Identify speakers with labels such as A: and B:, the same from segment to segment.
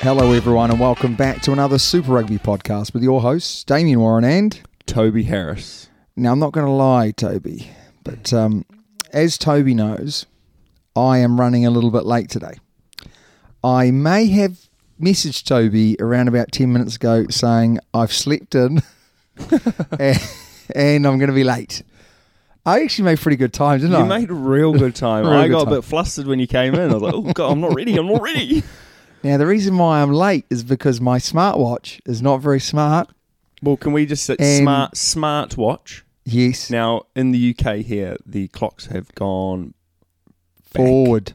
A: Hello, everyone, and welcome back to another Super Rugby podcast with your hosts, Damien Warren and.
B: Toby Harris.
A: Now, I'm not going to lie, Toby, but um, as Toby knows, I am running a little bit late today. I may have messaged Toby around about 10 minutes ago saying I've slept in and, and I'm going to be late. I actually made pretty good time, didn't
B: You
A: I?
B: made real good time.
A: Real
B: I
A: good
B: got
A: time.
B: a bit flustered when you came in. I was like, oh, God, I'm not ready. I'm not ready.
A: Now, the reason why I'm late is because my smartwatch is not very smart.
B: well, can we just sit
A: And-
B: smart, smart watch?
A: Yes,
B: Now, in the UK here, the clocks have gone back.
A: forward.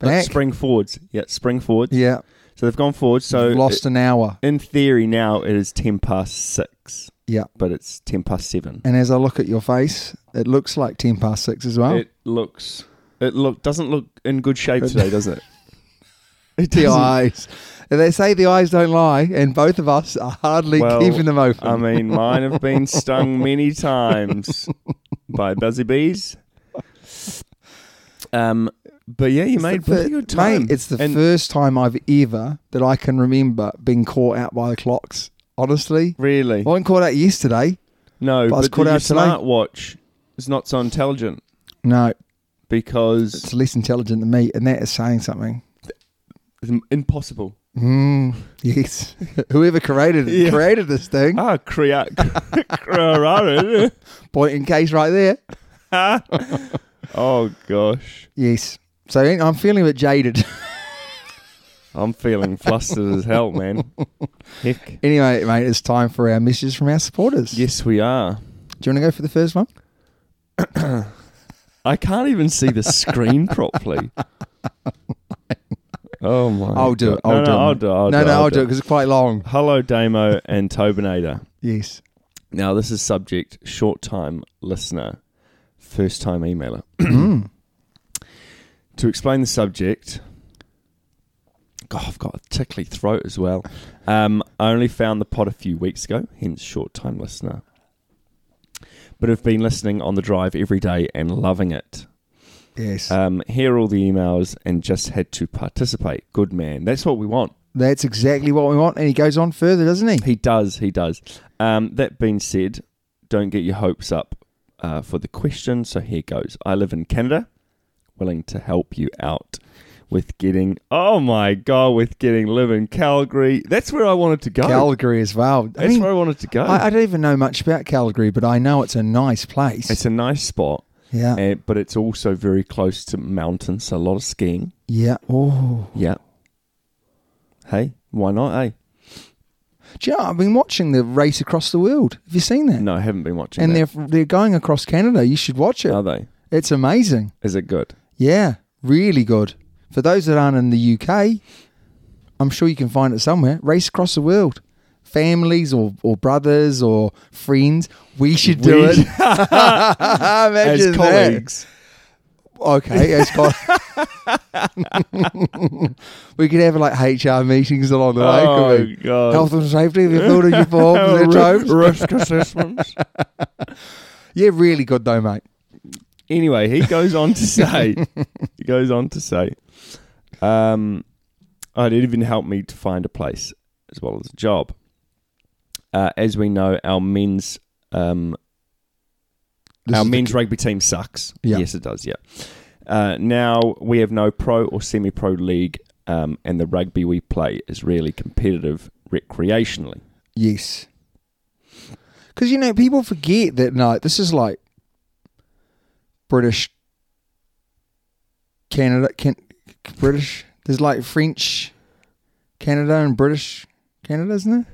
B: Like
A: Back.
B: spring forwards. Yeah, spring forwards.
A: Yeah,
B: So they've gone forward. So,
A: lost an hour.
B: in theory, now it is 10 past six,
A: Yeah.
B: but it's 10 past seven.
A: And as I look at your face, it looks like 10 past six as well.
B: It looks, it look doesn't look in good shape today, does it? It
A: the
B: doesn't.
A: eyes. They say the eyes don't lie, and both of us are hardly
B: Well,
A: keeping them open.
B: I mean, mine have been stung many times by busy bees. Um, but yeah, you
A: It's the
B: made pretty
A: fir-
B: good time.
A: Mate, it's the
B: And
A: first time I've ever that I can remember being caught out by the clocks. Honestly,
B: Really?
A: I wasn't caught out yesterday.
B: No,
A: But I was
B: but
A: caught
B: the, your
A: out today.
B: smartwatch is not so intelligent
A: No, it's
B: because
A: less intelligent than me, and that is saying something.
B: it's impossible.
A: Mm, yes, whoever created it,
B: Yeah.
A: created this thing.
B: Ah, create.
A: Point in case, right there.
B: oh gosh,
A: Yes. So I'm feeling a bit jaded.
B: I'm feeling flustered as hell, man. Heck.
A: anyway, mate, it's time for our messages from our supporters.
B: Yes, we are.
A: Do you want to go for the first one?
B: I can't even see the screen properly. Oh my!
A: I'll do it.
B: God.
A: I'll
B: no,
A: do
B: no,
A: it.
B: I'll
A: mate.
B: do it. I'll
A: no,
B: do
A: no,
B: it,
A: I'll do it because it's quite long.
B: Hello, Damo and Tobinator.
A: Yes.
B: Now, this is subject short time listener, first time emailer. to explain the subject, God, I've got a tickly throat as well. Um, I only found the pod a few weeks ago, hence short time listener. But have been listening on the drive every day and loving it.
A: Yes.
B: Um, hear all the emails and just had to participate. Good man. That's what we want.
A: That's exactly what we want. And he goes on further, doesn't he?
B: He does. He does. Um, that being said, don't get your hopes up uh, for the question. So here goes. I live in Canada, willing to help you out with getting. Oh my god, with getting live in Calgary. That's where I wanted to go.
A: Calgary as well. I
B: That's
A: mean,
B: where I wanted to go.
A: I, I don't even know much about Calgary, but I know it's a nice place.
B: it's a nice spot,
A: yeah.
B: and, but it's also very close to mountains. So a lot of skiing.
A: yeah. Oh.
B: Yeah. Hey, why not? Hey.
A: Do you know, I've been watching the race across the world. Have you seen Uh, that?
B: No, I haven't been watching.
A: And
B: that.
A: they're they're going across Canada. You should watch it.
B: Are they?
A: It's amazing.
B: Is it good?
A: Yeah. Really good. For those that aren't in the UK, I'm sure you can find it somewhere. Race across the world. families or, or brothers or friends, we should do
B: We-
A: it. Ah, Imagine that.
B: As colleagues.
A: Okay, as co- we could have like HR meetings along the way.
B: Oh,
A: couldn't we?
B: God.
A: Health and safety, have you filled in your forms,
B: Oh,
A: your
B: ri-
A: jobs?
B: risk assessments.
A: Yeah, really good though, mate.
B: Anyway, he goes on to say, he goes on to say, um, oh, it even helped me to find a place as well as a job. Uh, as we know, our men's um,
A: This
B: our
A: is the-
B: men's rugby team sucks.
A: Yeah.
B: Yes, it does. Yeah. Uh, now we have no pro or semi-pro league, um, and the rugby we play is really competitive recreationally.
A: Yes. Because, you know, people forget that, no, this is like British, Canada, can, British. There's like French Canada and British Canada, isn't there?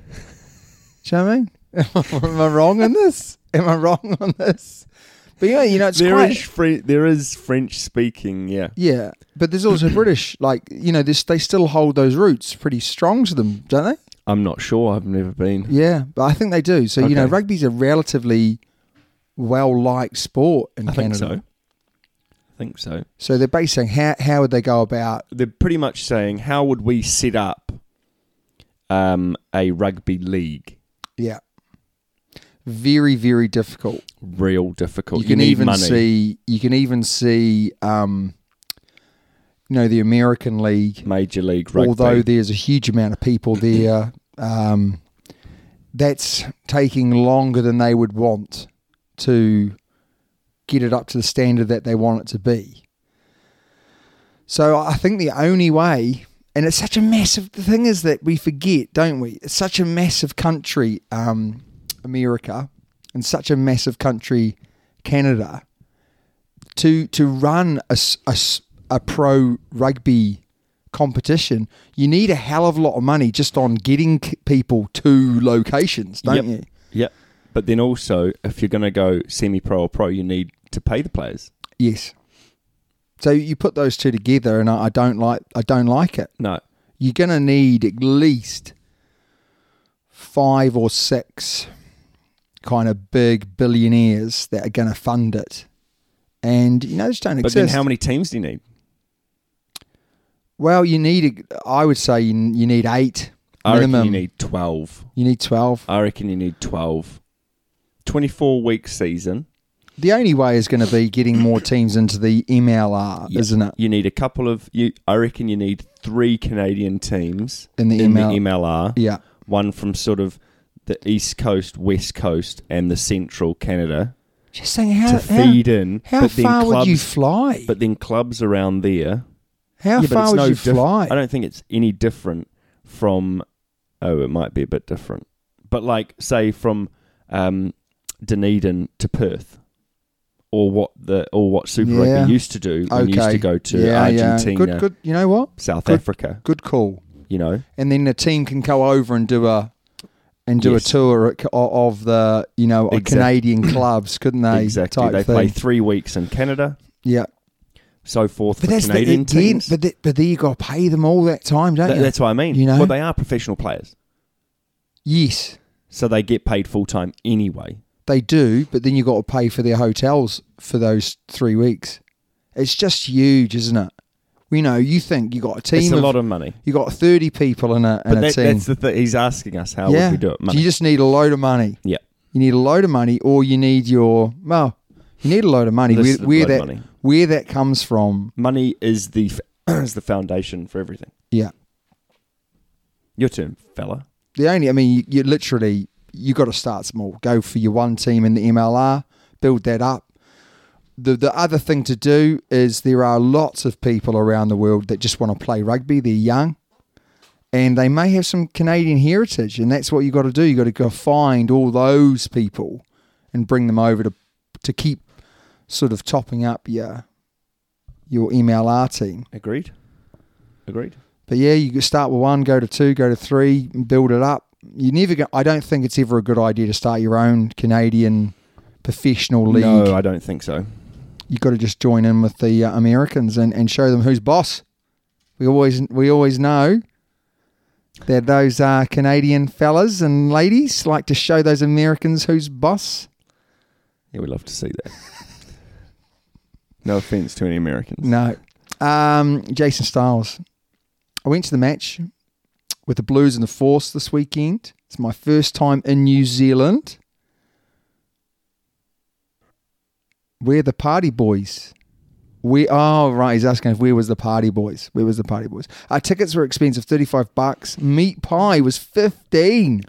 A: Do you know what I mean? Am I wrong on this? Am I wrong on this? But yeah, you know, it's
B: There
A: quite.
B: is Fre- there is French speaking. Yeah.
A: Yeah, but there's also British. Like, you know, this, they still hold those roots pretty strong to them, don't they?
B: I'm not sure. I've never been.
A: Yeah, but I think they do. So you know,
B: Okay.
A: rugby's a relatively well liked sport in
B: I think
A: Canada.
B: so. I think so.
A: So they're basically saying how how would they go about?
B: They're pretty much saying, how would we set up um, a rugby league?
A: Yeah, very very difficult.
B: Real difficult.
A: you can
B: need
A: even
B: money.
A: see you can even see um, you know the American League,
B: major league rugby.
A: although there's a huge amount of people there. um, that's taking longer than they would want to get it up to the standard that they want it to be. So I think the only way, and it's such a massive the thing is that we forget, don't we? It's such a massive country, um, America, and such a massive country, Canada. To to run a, s- a s- a pro rugby competition, you need a hell of a lot of money just on getting c- people to locations, don't
B: Yep.
A: you?
B: Yep. But then also, if you're going to go semi pro or pro, you need to pay the players.
A: Yes. So you put those two together, and I, I don't like I don't like it.
B: No.
A: You're going to need at least five or six kind of big billionaires that are going to fund it, and you know those don't
B: But
A: exist.
B: then how many teams do you need?
A: Well, you need I would say you, you need eight
B: I
A: minimum.
B: reckon you need 12.
A: You need twelve.
B: I reckon you need 12. 24 week season.
A: The only way is going to be getting more teams into the MLR,
B: Yeah.
A: isn't it?
B: You need a couple of. you. I reckon you need three Canadian teams
A: In the ML
B: MLR.
A: Yeah.
B: One from sort of the East Coast, West Coast, and the Central Canada.
A: Just saying how
B: To feed in,
A: How, how
B: but then
A: far would you
B: clubs-
A: fly?
B: But then clubs around there
A: how
B: Yeah, but
A: far
B: it's
A: would
B: no
A: you
B: diff-
A: fly?
B: I don't think it's any different from. Oh, it might be a bit different, but like say from um, Dunedin to Perth, or what the or what Super
A: Yeah.
B: Rugby used to do when you used to go to Argentina,
A: Good, good. You know what?
B: South
A: Good-
B: Africa.
A: Good call.
B: You know,
A: And then the team can go over and do a and do
B: Yes.
A: a tour at- o- of the you know
B: Exact-
A: Canadian clubs, couldn't they?
B: exactly.
A: Type
B: They
A: thing.
B: play three weeks in Canada,
A: yeah,
B: so forth
A: but
B: for
A: that's
B: Canadian
A: the, again,
B: teams.
A: but the, but there you got to pay them all that time, don't
B: Th-
A: you?
B: that's what I mean.
A: You know,
B: well, they are professional players,
A: yes,
B: so they get paid full time anyway.
A: they do. But then you got to pay for their hotels for those three weeks. It's just huge, isn't it? You know, you think you got a team
B: it's a
A: of,
B: lot of money.
A: you got thirty people in a in
B: But
A: a
B: that,
A: team.
B: that's the thing. He's asking us how
A: yeah,
B: would we do it? Money.
A: you just need a load of money.
B: yeah.
A: You need a load of money, or you need your well, you need a load of money. Where,
B: This is a
A: where
B: load of
A: that
B: money.
A: where that comes from?
B: money is the f- is the foundation for everything.
A: Yeah,
B: Your turn, fella.
A: the only I mean, you, you literally you got to start small. Go for your one team in the MLR, build that up. The the other thing to do is there are lots of people around the world that just want to play rugby. They're young, and they may have some Canadian heritage, and that's what you got to do. You got to go find all those people and bring them over to to keep sort of topping up your your MLR team.
B: Agreed. Agreed.
A: But yeah, you could start with one, go to two, go to three, and build it up. You never. Go, I don't think it's ever a good idea to start your own Canadian professional league.
B: No, I don't think so.
A: you got to just join in with the uh, Americans and, and show them who's boss. We always we always know They're those uh, Canadian fellas and ladies like to show those Americans who's boss.
B: Yeah, we love to see that. no offense to any Americans.
A: No. Um, Jason Styles. I went to the match with the Blues and the Force this weekend. It's my first time in New Zealand. We're the party boys. We oh right, he's asking if where was the party boys? Where was the party boys? Our tickets were expensive, thirty five bucks. Meat pie was fifteen.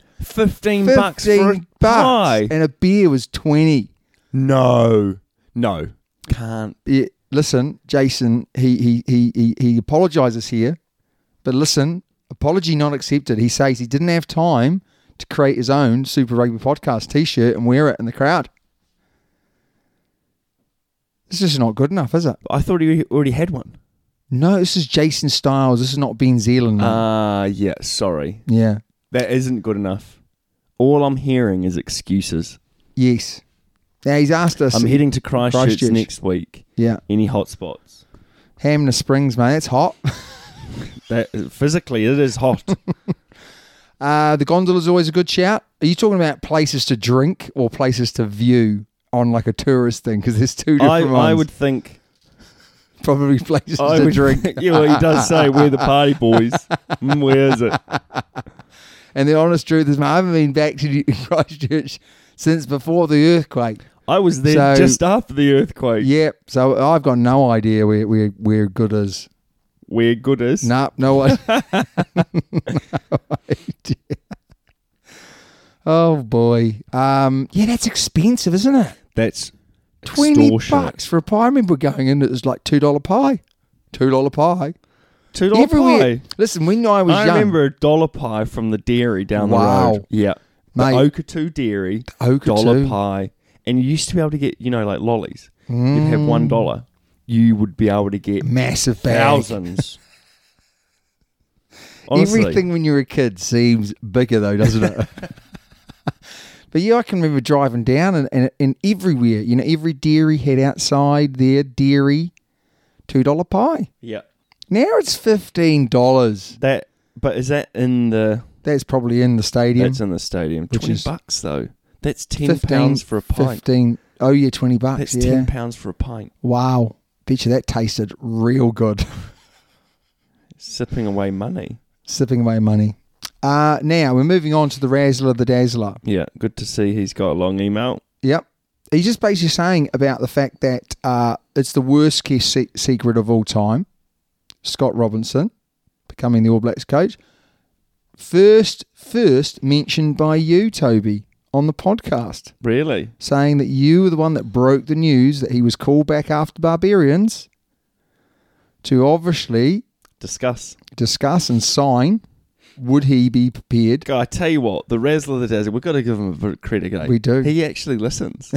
A: 15
B: 15, bucks for a pie.
A: bucks. And a beer was twenty.
B: No. No. Can't.
A: Yeah, listen, Jason, he he he he, he apologizes here, but listen, apology not accepted. He says he didn't have time to create his own Super Rugby podcast T-shirt and wear it in the crowd. This is not good enough, is it?
B: I thought he already had one.
A: No, this is Jason Styles. This is not Ben Zealand. mate.
B: Ah, yeah, sorry.
A: yeah.
B: That isn't good enough. All I'm hearing is excuses.
A: Yes. Yeah, he's asked us.
B: I'm heading to Christchurch,
A: Christchurch.
B: next week.
A: Yeah.
B: Any hot spots?
A: Hamner Springs, mate. That's hot.
B: That physically it is hot.
A: Uh, the gondola is always a good shout. Are you talking about places to drink or places to view on like a tourist thing? Because there's two
B: I,
A: different ones.
B: I would think
A: probably places
B: I
A: to
B: would
A: drink.
B: yeah, well, he does say we're the party boys. Mm, Where is it?
A: And the honest truth is, mate, I haven't been back to New- Christchurch since before the earthquake.
B: I was there
A: So-
B: just after the earthquake.
A: Yep. So I've got no idea where where, where good is.
B: Where good is?
A: Nah, no idea. no idea. Oh boy. Um, yeah, that's expensive, isn't it?
B: That's
A: Twenty
B: extortionate.
A: bucks for a pie. I remember going in; it was like two dollar pie, two dollar pie.
B: Two dollar
A: Everywhere.
B: pie.
A: Listen, when I was
B: I
A: young,
B: remember a dollar pie from the dairy down
A: Wow.
B: the road. Yeah.
A: Mate.
B: The Okatu dairy.
A: Okatu.
B: Dollar pie. And you used to be able to get, you know, like lollies. You'd have
A: Mm.
B: one dollar. You would be able to get
A: massive bag.
B: thousands. Honestly.
A: Everything when you're a kid seems bigger though, doesn't it? but yeah, I can remember driving down and, and, and everywhere, you know, every dairy had outside their dairy two dollar pie.
B: Yeah.
A: Now it's fifteen dollars.
B: That but is that in the
A: That's probably in the stadium.
B: that's in the stadium.
A: Which
B: Twenty
A: is-
B: bucks though. That's ten pounds for a pint.
A: 15 oh yeah, twenty bucks.
B: That's
A: yeah.
B: ten pounds for a pint.
A: Wow. Bet you that tasted real good.
B: Sipping away money.
A: Sipping away money. Uh, now we're moving on to the Razzler the Dazzler.
B: Yeah, good to see he's got a long email.
A: Yep. He's just basically saying about the fact that uh, it's the worst kept se- secret of all time. Scott Robinson becoming the All Blacks coach. First, first mentioned by you, Toby, on the podcast,
B: Really?
A: saying that you were the one that broke the news that he was called back after Barbarians to obviously
B: Discuss.
A: discuss and sign would he be prepared?
B: Guy, I tell you what, the Razzler the Dazzler, we've got to give him a bit of credit, eh?
A: We do.
B: He actually listens.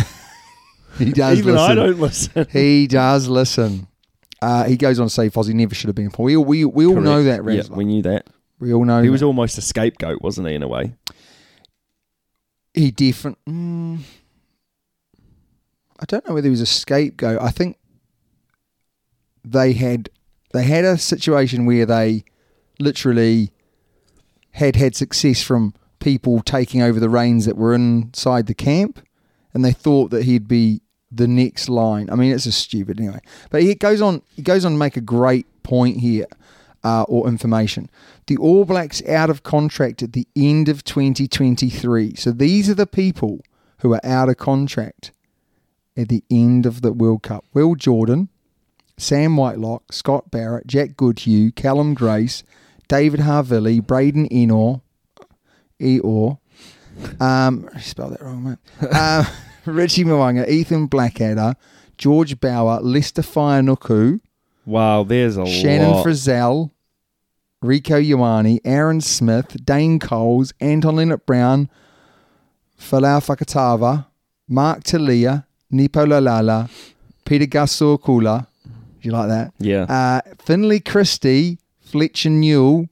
A: He does
B: Even I
A: listen.
B: don't listen.
A: He does listen. Uh, he goes on to say Fozzie never should have been Paul. We, we, we all know that,
B: Correct.
A: Raz.
B: Yeah, we knew that.
A: we all know
B: He was
A: that.
B: almost a scapegoat, wasn't he, in a way?
A: he different. Mm, I don't know whether he was a scapegoat. I think they had they had a situation where they literally had had success from people taking over the reins that were inside the camp, and they thought that he'd be the next line. I mean, it's just stupid anyway. But he goes on. He goes on to make a great point here. Uh, or information. The All Blacks out of contract at the end of 2023. So these are the people who are out of contract at the end of the World Cup. Will Jordan, Sam Whitelock, Scott Barrett, Jack Goodhue, Callum Grace, David Harvilli, Braden Enor, Eor, um, I spelled that wrong, mate. Um, Richie Mwanga, Ethan Blackadder, George Bauer, Lester Fianuku,
B: Wow, there's a
A: Shannon
B: lot.
A: Frizzell, Rico Ioane, Aaron Smith, Dane Coles, Anton Leonard Brown, Falau Fakatava, Mark Talia, Nipo Lalala, Peter Gasorkula. Do you like that?
B: Yeah.
A: Uh, Finley Christie, Fletcher Newell.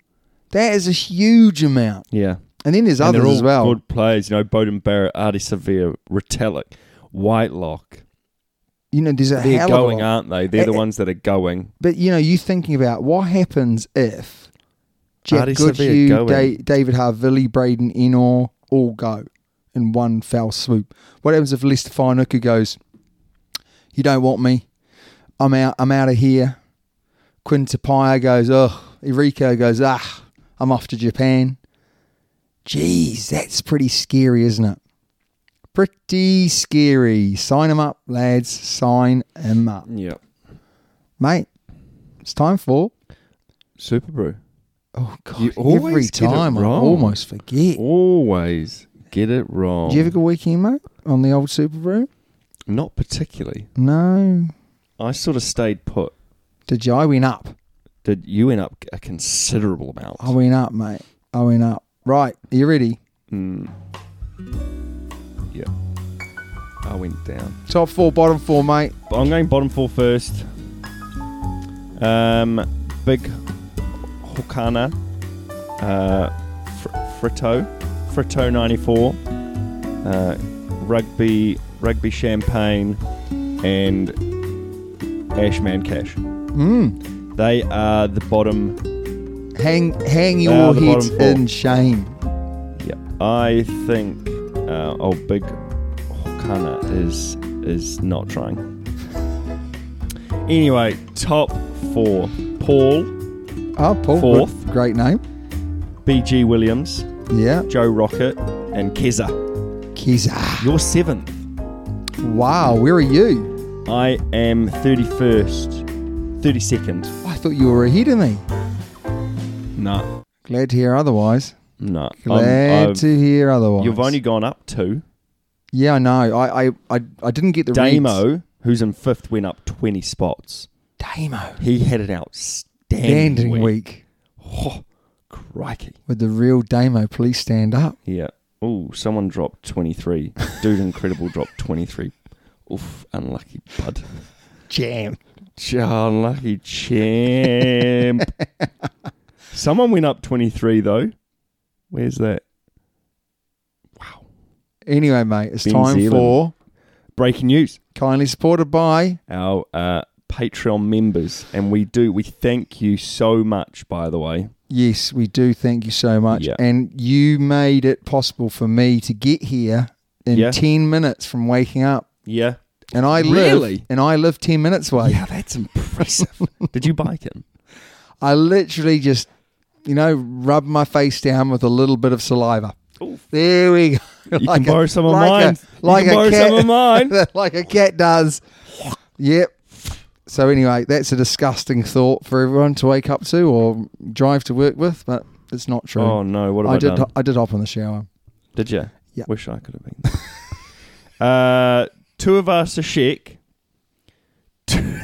A: That is a huge amount.
B: yeah.
A: And then there's
B: and
A: others
B: they're all
A: as well.
B: good players. You know, Bowden Barrett, Artie Severe, Retallick, Whitelock.
A: You know, there's a
B: They're
A: hell
B: going,
A: of a lot.
B: aren't they? They're the
A: Eh, eh.
B: ones that are going.
A: But you know, you thinking about what happens if Jack
B: Artie Sevilla
A: Goodhue,
B: going.
A: da- David Harvilli, Braden Enor all go in one fell swoop. What happens if Lester Finucane goes, you don't want me, I'm out, I'm out of here. Quintapia goes, oh, Eriko goes, ah, I'm off to Japan. Jeez, that's pretty scary, isn't it? Pretty scary. Sign him up, lads. Sign him up.
B: Yeah.
A: Mate, it's time for
B: Super Brew.
A: Oh god!
B: You always
A: Every
B: get it
A: time I
B: wrong.
A: almost forget.
B: Always get it wrong.
A: Did you have a good weekend, mate? On the old Super Brew?
B: Not particularly.
A: No.
B: I sort of stayed put.
A: Did you? I went up.
B: Did you end up a considerable amount?
A: I went up, mate. I went up. Right. Are you ready?
B: yeah. I went down.
A: Top four, bottom four, mate.
B: But I'm going bottom four first. Um, big Hokana, uh, fr- Frito, Frito '94, uh, rugby, rugby champagne, and Ashman Cash.
A: Mm.
B: They are the bottom.
A: Hang, hang
B: They
A: your
B: are Uh, the bottom
A: heads
B: four.
A: in shame.
B: Yeah, I think uh, oh big Hokana is is not trying. Anyway, top four: Paul,
A: Oh, Paul.
B: Fourth.
A: good- Great name.
B: BG Williams,
A: Yeah.
B: Joe Rocket, and Keza.
A: Kiza.
B: You're seventh.
A: Wow. Where are you?
B: I am thirty-first, thirty-second.
A: I thought you were ahead of me.
B: No,
A: Glad to hear otherwise.
B: no. I'm-
A: Glad
B: Um, I've-
A: to hear otherwise.
B: you've only gone up two.
A: Yeah, I know. I, I, I, I didn't get the reads.
B: Damo, who's in fifth, went up twenty spots.
A: Damo.
B: He had an outstanding
A: Standing
B: week.
A: week.
B: Oh, crikey.
A: Would the real Damo please stand up?
B: Yeah. Oh, someone dropped 23. Dude Incredible dropped 23. Oof, unlucky bud.
A: Jam.
B: Ch- Unlucky champ. someone went up 23, though. Where's that?
A: Anyway, mate, it's
B: Ben
A: time
B: Zeeland.
A: for
B: Breaking news.
A: kindly supported by
B: Our uh, Patreon members. And we do, we thank you so much, by the way.
A: yes, we do. Thank you so much,
B: Yeah.
A: and you made it possible for me to get here in
B: Yeah.
A: ten minutes from waking up,
B: Yeah.
A: and I live
B: Really?
A: and I live ten minutes away.
B: Yeah, that's impressive. Did you bike him?
A: I literally just, you know, rubbed my face down with a little bit of saliva. There we go.
B: You
A: Like
B: can borrow
A: a-
B: some of
A: like a-
B: mine.
A: like a
B: you can borrow
A: cat.
B: some of mine.
A: like a cat does. Yep. So anyway, that's a disgusting thought for everyone to wake up to or drive to work with, but it's not true.
B: Oh, no. What have I,
A: I did.
B: done?
A: I did hop in the shower.
B: Did you?
A: Yeah.
B: Wish I could have been. there. uh, two of us a shake. Two-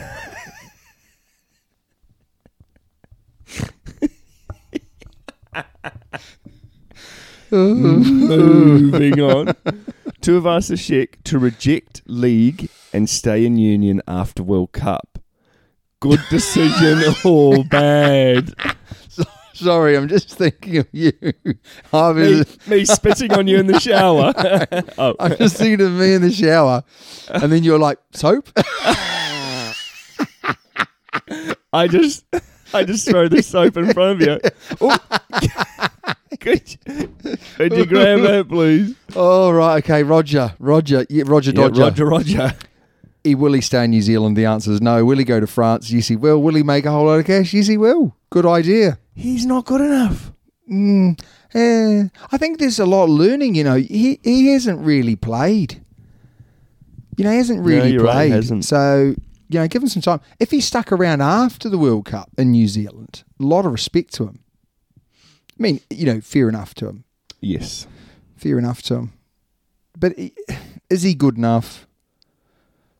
B: Moving on. Two of us a shake to reject league and stay in union after World Cup. Good decision or bad?
A: Sorry, I'm just thinking of you. I
B: me,
A: was.
B: me spitting on you in the shower. oh.
A: I'm just thinking of me in the shower, and then you're like soap.
B: I just I just throw the soap in front of you. Oh. could, you could you grab that, please?
A: oh right, okay, Roger, Roger, yeah, Roger
B: Yeah,
A: Dodger.
B: Roger, Roger.
A: He will he stay in New Zealand? The answer is no. Will he go to France? Yes, he will. Will he make a whole lot of cash? Yes, he will. Good idea.
B: He's not good enough.
A: Mm, eh, I think there's a lot of learning. You know, he he hasn't really played. You know, he hasn't really
B: you're
A: played.
B: right, he hasn't.
A: So you know, give him some time. If he stuck around after the World Cup in New Zealand, a lot of respect to him. I mean, you know, fair enough to him.
B: Yes.
A: Fair enough to him. But he- is he good enough?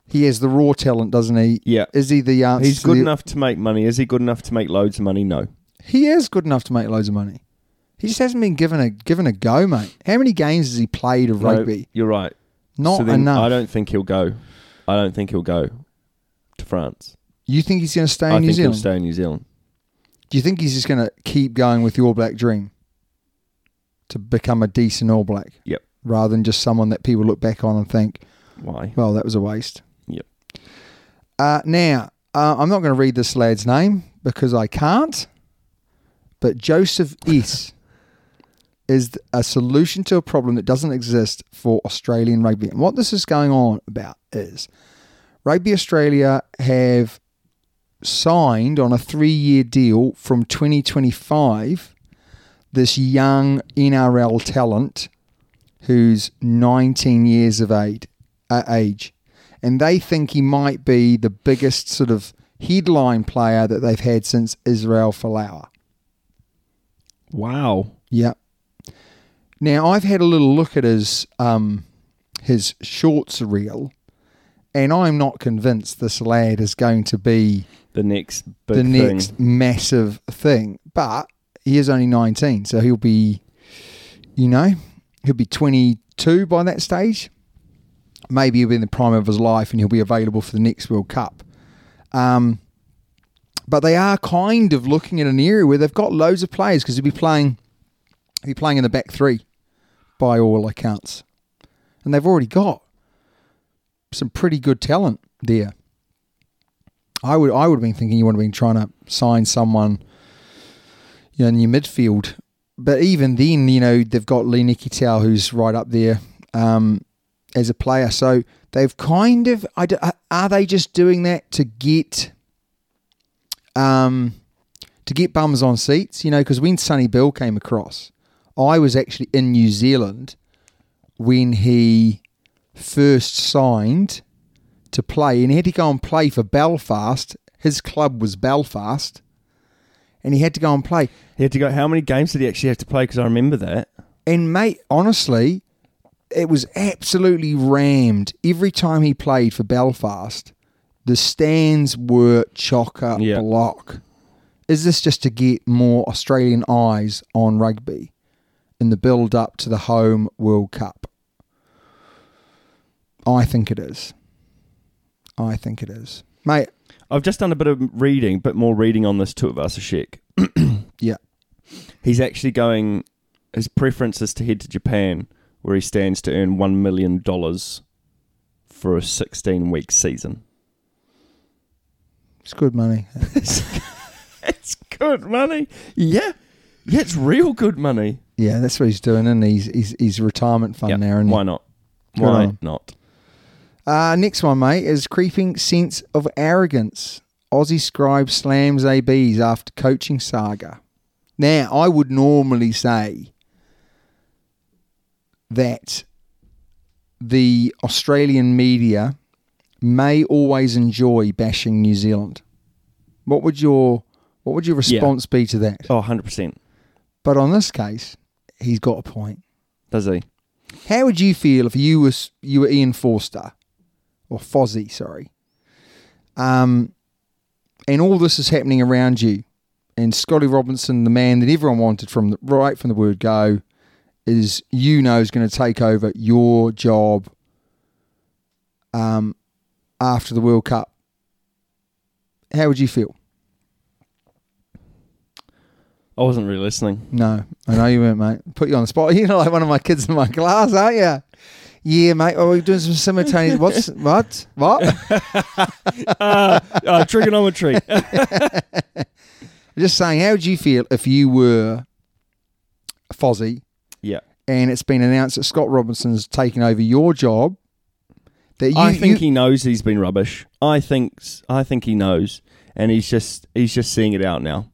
A: He has the raw talent, doesn't he?
B: Yeah.
A: Is he the answer?
B: He's
A: to
B: good
A: the-
B: enough to make money. Is he good enough to make loads of money? No.
A: He is good enough to make loads of money. He just hasn't been given a given a go, mate. How many games has he played of
B: No,
A: rugby?
B: you're right.
A: Not
B: So then
A: enough.
B: I don't think he'll go. I don't think he'll go to France.
A: you think he's going to stay in
B: I
A: New
B: think
A: Zealand?
B: he'll stay in New Zealand.
A: Do you think he's just going to keep going with the All Black dream to become a decent All Black
B: Yep.
A: rather than just someone that people look back on and think,
B: Why?
A: "Well, that was a waste."
B: Yep.
A: Uh, now, uh, I'm not going to read this lad's name because I can't. But Joseph S. is a solution to a problem that doesn't exist for Australian rugby. And what this is going on about is Rugby Australia have signed on a three year deal from 2025 this young NRL talent who's 19 years of age, uh, age. And they think he might be the biggest sort of headline player that they've had since Israel Folau.
B: Wow.
A: Yeah. Now I've had a little look at his um, his shorts reel, and I'm not convinced this lad is going to be
B: The next big
A: the
B: thing.
A: next massive thing. But he is only 19, so he'll be, you know, he'll be 22 by that stage. Maybe he'll be in the prime of his life and he'll be available for the next World Cup. Um, but they are kind of looking at an area where they've got loads of players because he'll be playing, he'll be playing in the back three, by all accounts, and they've already got some pretty good talent there. I would I would have been thinking you would have been trying to sign someone you know, in your midfield. But even then, you know, they've got Lee Nikitao who's right up there um, as a player. So they've kind of I d- uh, are they just doing that to get um to get bums on seats, you know, because when Sonny Bill came across, I was actually in New Zealand when he first signed to play, and he had to go and play for Belfast. His club was Belfast, and he had to go and play.
B: He had to go. How many games did he actually have to play? Because I remember that.
A: And mate, honestly, it was absolutely rammed every time he played for Belfast. The stands were chocker
B: Yeah.
A: block. Is this just to get more Australian eyes on rugby in the build up to the home World Cup? I think it is. I think it is. Mate,
B: I've just done a bit of reading, bit more reading on this too of Asashek.
A: yeah.
B: He's actually going. His preference is to head to Japan, where he stands to earn one million dollars for a sixteen-week season.
A: It's good money.
B: It's good money. Yeah, yeah, it's real good money.
A: yeah, that's what he's doing, and he's he's, he's retirement fund
B: Yeah,
A: now, and
B: why not?
A: Good
B: Why
A: on.
B: not?
A: Uh, next one, mate, is creeping sense of arrogance. Aussie scribe slams ABs after coaching saga. Now, I would normally say that the Australian media may always enjoy bashing New Zealand. What would your what would your response be to that?
B: Oh, 100 percent.
A: But on this case, he's got a point.
B: Does he?
A: How would you feel if you was you were Ian Forster or Fozzie, sorry, um, and all this is happening around you, and Scotty Robinson, the man that everyone wanted from the, right from the word go, is you know is going to take over your job um, after the World Cup. How would you feel?
B: I wasn't really listening.
A: No, I know you weren't, mate. Put you on the spot. You're like one of my kids in my class, aren't you? Yeah, mate. Oh, we're doing some simultaneous. What's what? What?
B: Uh, trigonometry.
A: Just saying, how would you feel if you were a Fozzie
B: yeah,
A: and it's been announced that Scott Robinson's taken over your job? That you,
B: I think
A: you-
B: he knows he's been rubbish. I think s- I think he knows, and he's just he's just seeing it out now.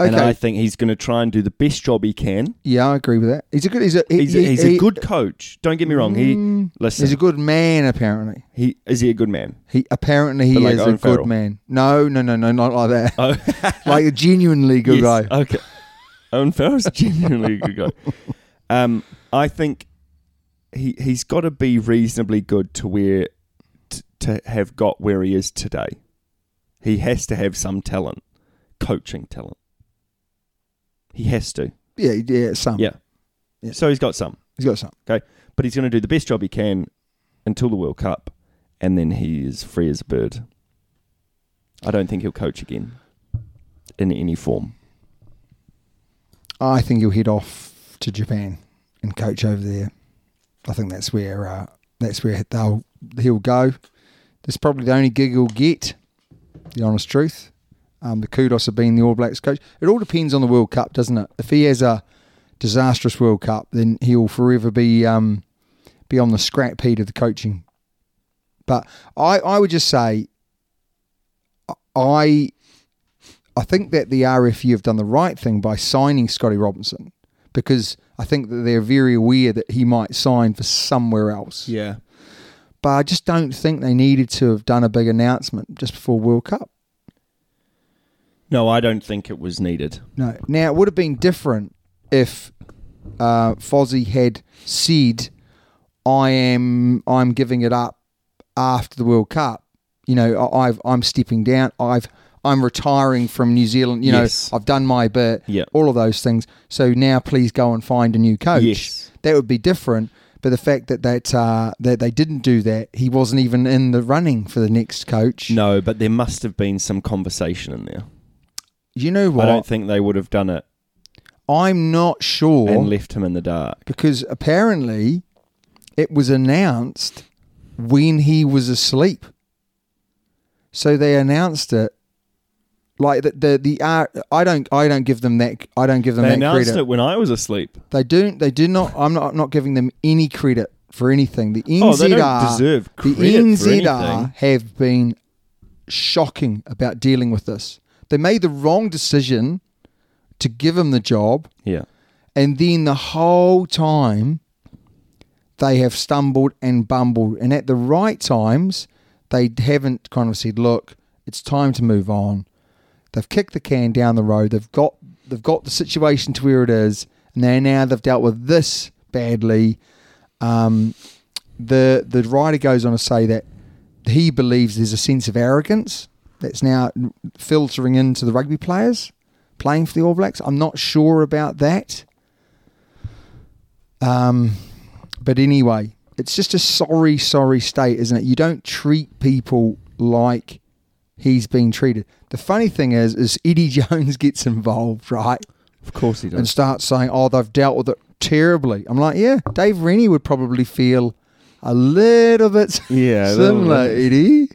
B: And
A: Okay.
B: I think he's going to try and do the best job he can.
A: yeah, I agree with that. He's a good. He's a. he-
B: He's,
A: he-
B: he's
A: he- Mm.
B: a good coach. Don't get me wrong. He listen.
A: He's a good man. Apparently,
B: he is he a good man?
A: he apparently he
B: But like
A: is a
B: Owen
A: good
B: Farrell.
A: man. No, no, no, no, not like that.
B: Oh,
A: like a genuinely good
B: yes,
A: guy.
B: Okay. Owen Farrell's genuinely a good guy. Um, I think he he's got to be reasonably good to where t- to have got where he is today. He has to have some talent, coaching talent. He has to.
A: Yeah, yeah, some.
B: Yeah.
A: Um, Yeah.
B: So he's got some.
A: he's got some.
B: Okay. But he's going to do the best job he can until the World Cup, and then he is free as a bird. I don't think he'll coach again in any form.
A: I think he'll head off to Japan and coach over there. I think that's where uh, that's where they'll he'll go. That's probably the only gig he'll get. The honest truth. um, the kudos of being the All Blacks coach. It all depends on the World Cup, doesn't it? If he has a disastrous World Cup, then he will forever be um, be on the scrap heap of the coaching. But I, I would just say, I I think that the RFU have done the right thing by signing Scotty Robinson because I think that they're very aware that he might sign for somewhere else.
B: Yeah.
A: But I just don't think they needed to have done a big announcement just before World Cup.
B: No, I don't think it was needed.
A: No. Now it would have been different if uh, Fozzie had said, "I am, I'm giving it up after the World Cup. You know, I- I've, I'm stepping down. I've, I'm retiring from New Zealand. You know,
B: Yes.
A: I've done my bit.
B: Yeah.
A: all of those things. So now, please go and find a new coach.
B: Yes.
A: that would be different." But the fact that that uh, that they didn't do that, he wasn't even in the running for the next coach.
B: No, but there must have been some conversation in there.
A: you know
B: I
A: what?
B: don't think they would have done it
A: I'm not sure.
B: and left him in the dark.
A: because apparently it was announced when he was asleep. So they announced it like the the, the R, I don't I don't give them that I don't give them
B: They
A: that
B: announced
A: credit.
B: it when I was asleep.
A: They do they do not I'm not I'm not giving them any credit for anything. The NZR
B: Oh, they don't deserve credit for
A: the NZR
B: anything.
A: have been shocking about dealing with this. They made the wrong decision to give him the job
B: Yeah.
A: and then the whole time, they have stumbled and bumbled. And at the right times, they haven't kind of said, "Look, it's time to move on." They've kicked the can down the road. They've got they've got the situation to where it is, and they now they've dealt with this badly. Um, the the writer goes on to say that he believes there's a sense of arrogance that's now filtering into the rugby players playing for the All Blacks. I'm not sure about that. Um, but anyway, it's just a sorry, sorry state, isn't it? You don't treat people like he's being treated. The funny thing is, is Eddie Jones gets involved, right?
B: Of course he does.
A: and start saying, "Oh, they've dealt with it terribly." I'm like, "Yeah, Dave Rennie would probably feel a little bit
B: Yeah, a little
A: similar,
B: bit.
A: Eddie."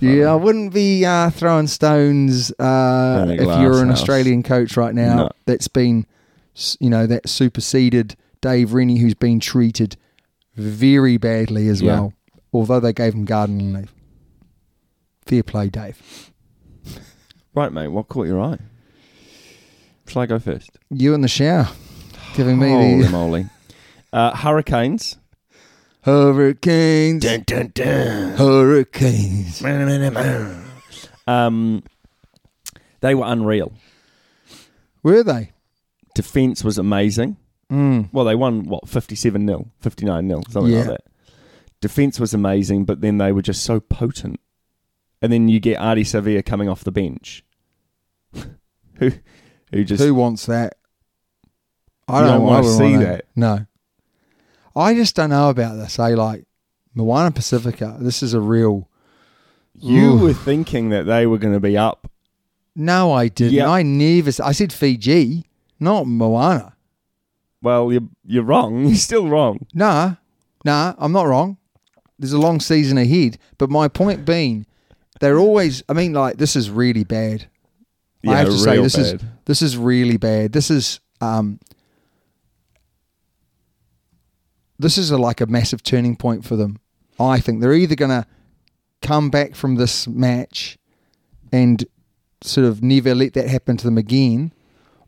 A: Yeah, I wouldn't be uh, throwing stones uh,
B: At a
A: if
B: glass
A: you're an
B: house.
A: Australian coach right now.
B: No.
A: That's been, s- you know, that superseded Dave Rennie, who's been treated very badly as
B: Yeah.
A: well. Although they gave him gardening leave. Fair play, Dave.
B: right, mate, what caught your eye? Shall I go first?
A: You in the shower, giving me the
B: Holy moly. Uh, hurricanes. Oh.
A: Hurricanes. Hurricanes.
B: Um, they were unreal.
A: Were they?
B: Defense was amazing.
A: Mm.
B: Well, they won, what, 57 0, 59 0, something
A: Yeah.
B: like that. Defense was amazing, but then they were just so potent. And then you get Artie Sevilla coming off the bench. who, who just.
A: Who wants that? I
B: You
A: don't,
B: don't
A: know.
B: wanna
A: I would
B: see
A: want
B: that.
A: No. I just don't know about this. I like Moana Pacifica. This is a real.
B: you
A: Ooh.
B: were thinking that they were going to be up.
A: No, I didn't.
B: Yeah.
A: I never. s- I said Fiji, not Moana.
B: Well, you're, you're wrong. You're still wrong.
A: Nah, nah, I'm not wrong. There's a long season ahead. But my point being, they're always. I mean, like this is really bad. I have to say
B: real
A: this is
B: bad.
A: this is really bad. This is um, this is a, like a massive turning point for them. I think they're either going to come back from this match and sort of never let that happen to them again,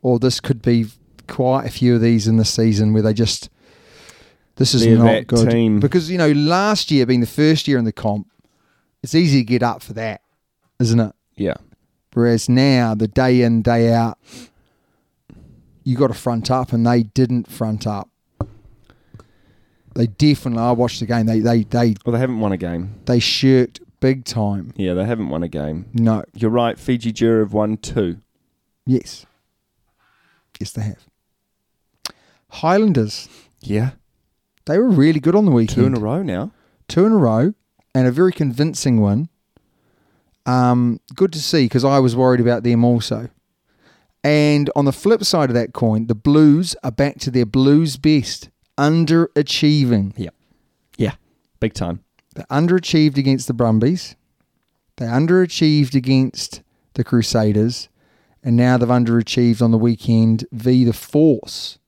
A: or this could be quite a few of these in the season where they just this is
B: They're
A: not
B: that
A: good
B: team.
A: because you know last year being the first year in the comp, it's easy to get up for that, isn't it?
B: Yeah.
A: Whereas now, the day in, day out, you got to front up, and they didn't front up. They definitely. I watched the game. They they they
B: Well, they haven't won a game.
A: they shirked big time.
B: Yeah, they haven't won a game.
A: No.
B: You're right. Fiji Jura have won two.
A: Yes. Yes, they have. Highlanders.
B: Yeah.
A: They were really good on the weekend.
B: Two in a row now.
A: two in a row and a very convincing one. Um, good to see because I was worried about them also. And on the flip side of that coin, the Blues are back to their Blues best, underachieving.
B: Yeah. Yeah. Big time.
A: They underachieved against the Brumbies. They underachieved against the Crusaders, and now they've underachieved on the weekend v the Force.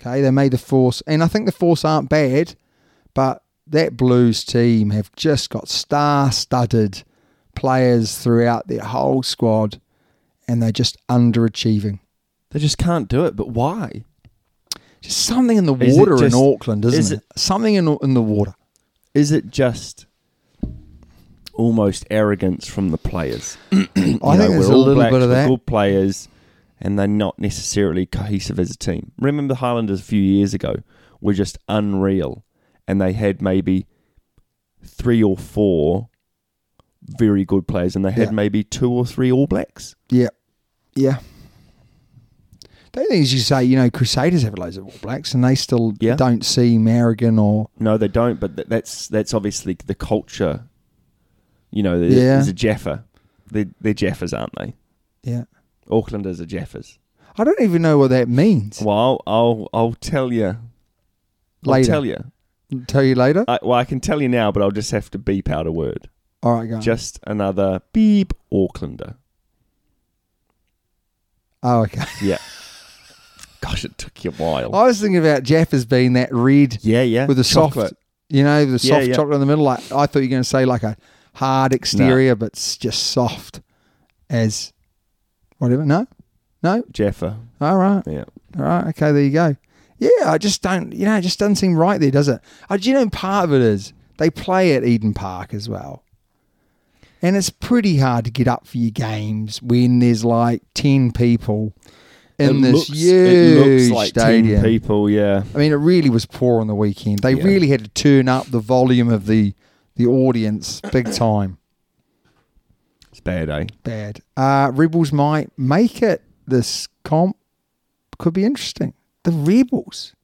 A: Okay, they made the Force, and I think the Force aren't bad, but that Blues team have just got star-studded players throughout their whole squad, and they're just underachieving.
B: They just can't do it. But why?
A: Just something in the
B: Is it
A: water
B: just-
A: in Auckland, isn't
B: is
A: it? Something in in the water.
B: Is it just almost arrogance from the players?
A: I
B: You
A: think
B: know,
A: there's
B: we're
A: a
B: all
A: little
B: blacks,
A: bit of
B: we're
A: that.
B: Good players, and they're not necessarily cohesive as a team. Remember the Highlanders a few years ago were just unreal, and they had maybe three or four very good players, and they had
A: Yeah.
B: maybe two or three All Blacks.
A: Yeah. Yeah. Don't think as you say, you know, Crusaders have loads of All Blacks and they still
B: Yeah.
A: don't see Marigan or
B: No, they don't. But th- that's that's obviously the culture. You know, there's,
A: Yeah.
B: there's a Jeffer. They're, they're Jeffers, aren't they?
A: yeah.
B: Aucklanders are Jeffers.
A: I don't even know what that means.
B: Well, I'll I'll, I'll tell you. I'll
A: Later.
B: tell you.
A: Tell you later.
B: I, well, I can tell you now, but I'll just have to beep out a word.
A: All right, go. on.
B: Just another beep Aucklander.
A: oh, okay.
B: Yeah. Gosh, it took you a while.
A: I was thinking about Jeff as being that red
B: yeah, yeah.
A: with the
B: Chocolate.
A: soft, you know, the
B: Yeah,
A: soft
B: yeah.
A: chocolate in the middle. Like I thought you were going to say like a hard exterior, but it's just soft as whatever. No, no.
B: Jeffer.
A: All right.
B: Yeah.
A: All right. Okay. There you go. Yeah. I just don't, you know, it just doesn't seem right there, does it? I, do you know, part of it is they play at Eden Park as well. And it's pretty hard to get up for your games when there's like 10 people in
B: it
A: this
B: looks,
A: huge
B: it looks like
A: stadium.
B: 10 people, yeah.
A: I mean, it really was poor on the weekend. They
B: Yeah.
A: really had to turn up the volume of the the audience big time.
B: It's bad, eh?
A: Bad. Uh, Rebels might make it. This comp could be interesting. The Rebels,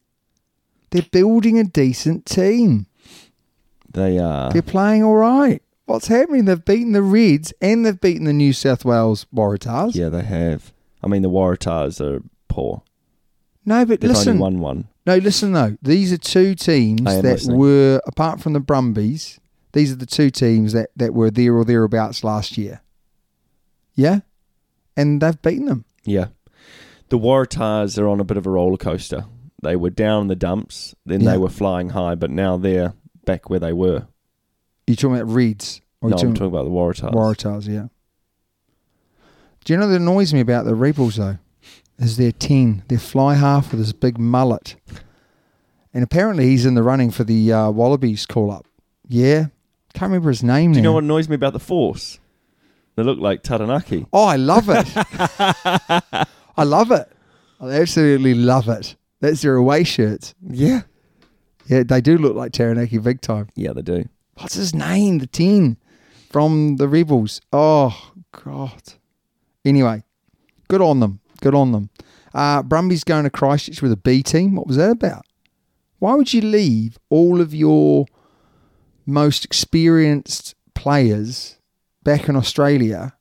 A: they're building a decent team.
B: They are.
A: They're playing all right. What's happening? They've beaten the Reds and they've beaten the New South Wales Waratahs.
B: Yeah, they have. I mean, the Waratahs are poor.
A: No, but
B: They've
A: listen.
B: only won one.
A: No, listen though. These are two teams
B: I am
A: that
B: listening.
A: were, apart from the Brumbies, these are the two teams that, that were there or thereabouts last year. Yeah, and they've beaten them.
B: Yeah. The Waratahs are on a bit of a roller coaster. They were down in the dumps, then
A: Yeah.
B: they were flying high, but now they're back where they were.
A: You talking about Reds? Or
B: No,
A: you
B: I'm talking about the Oh, Waratahs.
A: Waratahs? Yeah. Do you know that annoys me about the Rebels though? Is their ten, their fly half with his big mullet, and apparently he's in the running for the uh, Wallabies call up. Yeah, can't remember his name.
B: Do you
A: now.
B: know what annoys me about the Force? They look like Taranaki.
A: Oh, I love it. I love it. I absolutely love it. That's their away shirts.
B: Yeah.
A: Yeah, they do look like Taranaki big time.
B: Yeah, they do.
A: What's his name? The 10 from the Rebels. Oh, God. Anyway, good on them. Good on them. Uh, Brumby's going to Christchurch with a B team. What was that about? Why would you leave all of your most experienced players back in Australia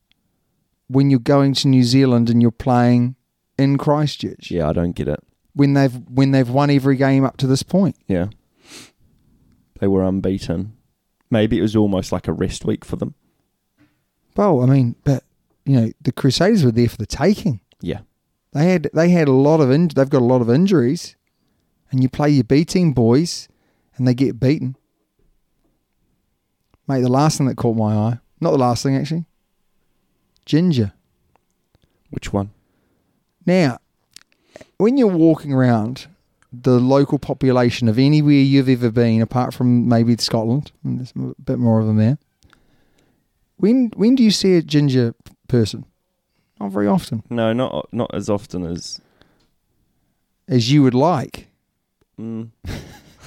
A: when you're going to New Zealand and you're playing in Christchurch
B: Yeah, I don't get it.
A: when they've when they've won every game up to this point?
B: Yeah. They were unbeaten. Maybe it was almost like a rest week for them.
A: Well, I mean, but you know, the Crusaders were there for the taking.
B: Yeah.
A: They had they had a lot of in, they've got a lot of injuries, and you play your B team boys, and they get beaten. Mate, the last thing that caught my eye, not the last thing actually, Ginger.
B: Which one?
A: Now, when you're walking around the local population of anywhere you've ever been, apart from maybe Scotland, and there's a bit more of them there. When when do you see a ginger person? Not very often,
B: No, not not as often as
A: as you would like.
B: mm,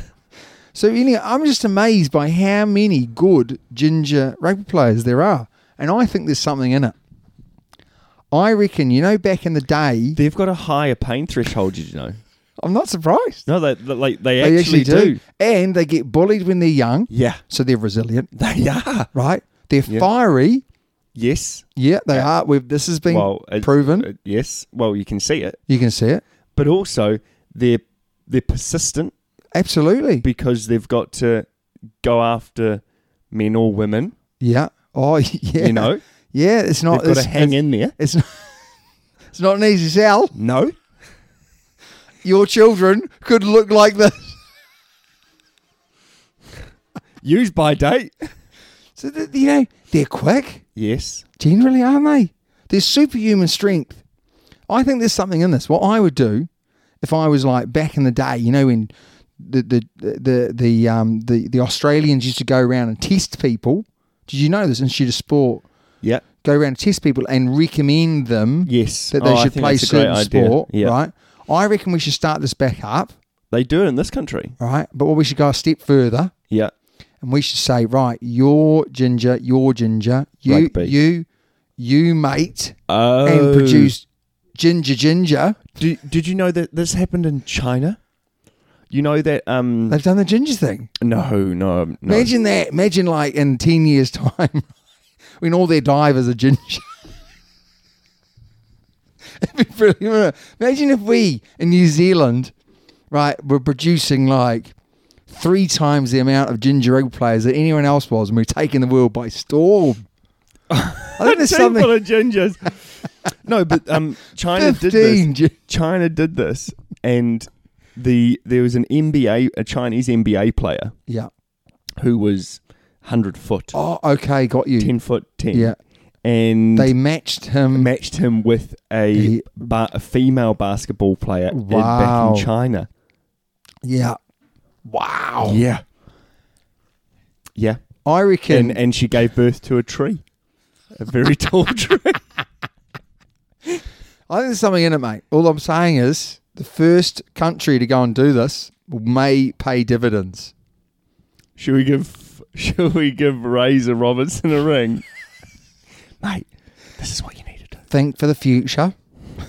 A: So anyway, I'm just amazed by how many good ginger rugby players there are, and I think there's something in it. I reckon, you know, back in the day,
B: they've got a higher pain threshold. Did you know?
A: I'm not surprised.
B: No, they, they like they, actually, do.
A: and they get bullied when they're young,
B: Yeah,
A: so they're resilient.
B: they are.
A: right? They're
B: Yeah.
A: fiery.
B: Yes.
A: Yeah, they are. We've, this has been
B: well, it-
A: proven.
B: it- yes. Well, you can see it,
A: you can see it.
B: but also they're they're persistent
A: Absolutely.
B: because they've got to go after men or women.
A: yeah. Oh, yeah.
B: You know,
A: Yeah, it's not.
B: They've got
A: it's,
B: to hang
A: it's,
B: in there.
A: It's not, it's not an easy sell.
B: No.
A: Your children could look like this.
B: Use by date.
A: So th- you know they're quick.
B: Yes.
A: Generally, aren't they? They're superhuman strength. I think there's something in this. What I would do if I was like back in the day, you know, when the the the the um the, the Australians used to go around and test people. Did you know this? Institute of Sport
B: Yeah.
A: go around and test people and recommend them
B: Yes.
A: that they
B: Oh, I
A: should
B: think
A: play
B: that's a great
A: certain
B: idea.
A: sport,
B: Yeah.
A: right? I reckon we should start this back up,
B: They do it in this country.
A: right? But what we should go a step further
B: Yeah.
A: and we should say, right, your ginger, your ginger, you,
B: Rugby.
A: you, you, mate,
B: Oh.
A: and produce ginger, ginger.
B: Do, did you know that this happened in China? You know that um
A: They've done the ginger thing.
B: no no no
A: Uh, Imagine that. Imagine like in ten years' time, when all their divers are ginger. It'd be brilliant. wouldn't it? Imagine if we in New Zealand, right, were producing like three times the amount of ginger ale players that anyone else was, and we're taking the world by storm. I think there's
B: Team full
A: something.
B: of gingers. no, but um, China did
A: Fifteen.
B: this.
A: Gin-
B: China did this, and the there was an NBA, a Chinese NBA player
A: Yeah.
B: who was hundred foot,
A: Oh, okay, got you.
B: ten foot ten,
A: Yeah.
B: and
A: They matched him.
B: matched him with a,
A: He-
B: ba- a female basketball player in-
A: Wow.
B: back in China.
A: yeah. Wow.
B: Yeah, yeah,
A: I reckon.
B: and and she gave birth to a tree, a very tall tree.
A: I think there's something in it, mate. All I'm saying is the first country to go and do this may pay dividends.
B: Should we give Should we give Razor Robertson a ring, mate? This is what you need to do.
A: Think for the future.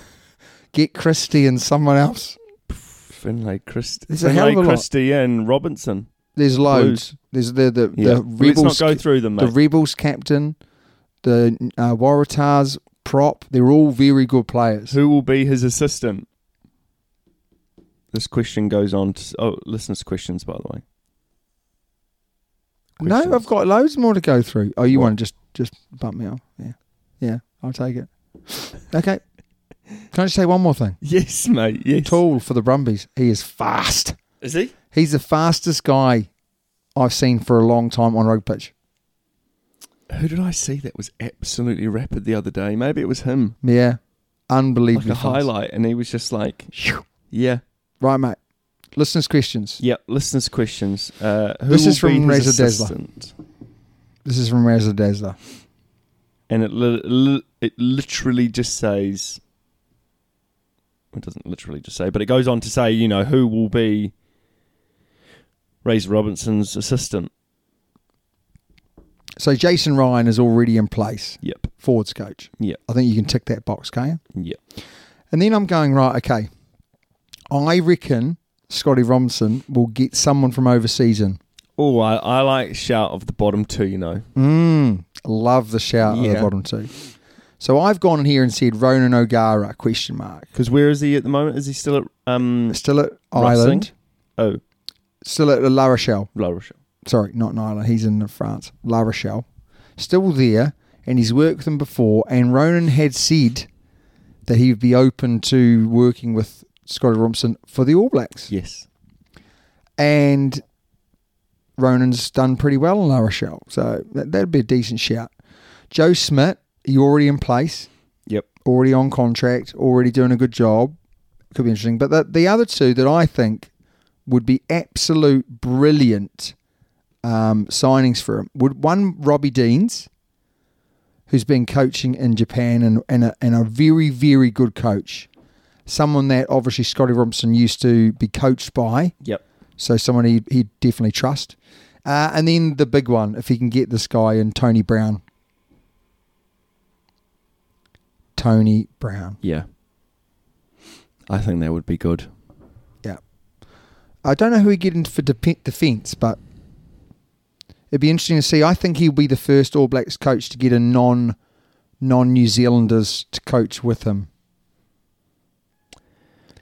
A: Get Christie and someone else.
B: Finlay Christ-
A: There's a hell of
B: Finlay
A: a lot.
B: Christie and Robinson.
A: There's loads. There's the the,
B: Yeah.
A: the
B: Let's
A: rebels.
B: not go through them,
A: the
B: mate.
A: rebels captain, the uh, Waratahs prop. They're all very good players.
B: Who will be his assistant? This question goes on to oh, listeners' questions, by the way.
A: No,
B: Questions.
A: I've got loads more to go through. Oh, you
B: What?
A: want to just just bump me off? Yeah, yeah, I'll take it. Okay. Can I just say one more thing?
B: Yes, mate. Yes.
A: Tall for the Brumbies. He is fast.
B: Is he?
A: He's the fastest guy I've seen for a long time on rugby pitch.
B: Who did I see that was absolutely rapid the other day? Maybe it was him.
A: Yeah,
B: Like
A: unbelievably
B: a
A: fast.
B: highlight, and he was just like,
A: Phew.
B: yeah.
A: Right, mate. Listeners' questions.
B: Yeah, listeners' questions. Uh, who
A: This
B: will
A: is from
B: be his
A: Razor Dazzler.
B: assistant?
A: This is from Razor Dazzler.
B: And it li- li- it literally just says. It doesn't literally just say, but it goes on to say, you know, who will be Razor Robinson's assistant?
A: So Jason Ryan is already in place.
B: Yep.
A: Forwards coach.
B: Yep.
A: I think you can tick that box, can you?
B: Yep.
A: And then I'm going, right, okay. I reckon Scotty Robinson will get someone from overseas in.
B: Oh, I, I like shout of the bottom two, you know.
A: Mm, love the shout of
B: Yeah.
A: the bottom two. So I've gone in here and said Ronan O'Gara, question mark.
B: Because where is he at the moment? Is he still at um
A: Still at
B: Racing?
A: Ireland.
B: Oh,
A: Still at La Rochelle.
B: La Rochelle.
A: Sorry, not in Ireland. He's in France. La Rochelle. Still there. And he's worked with them before. And Ronan had said that he would be open to working with Scotty Robinson for the All Blacks.
B: Yes.
A: and Ronan's done pretty well in La Rochelle, so that, that'd be a decent shout. Joe Smith, you already in place,
B: Yep.
A: already on contract, already doing a good job. Could be interesting. But the, the other two that I think would be absolute brilliant um, signings for him would one Robbie Deans, who's been coaching in Japan and and a, and a very very good coach, someone that obviously Scotty Robinson used to be coached by
B: Yep.
A: so someone he he definitely trust. Uh, and then the big one, if he can get this guy and Tony Brown. Tony Brown.
B: Yeah. I think that would be good.
A: Yeah. I don't know who he get in for dep defence, but it'd be interesting to see. I think he'll be the first All Blacks coach to get a non non New Zealanders to coach with him.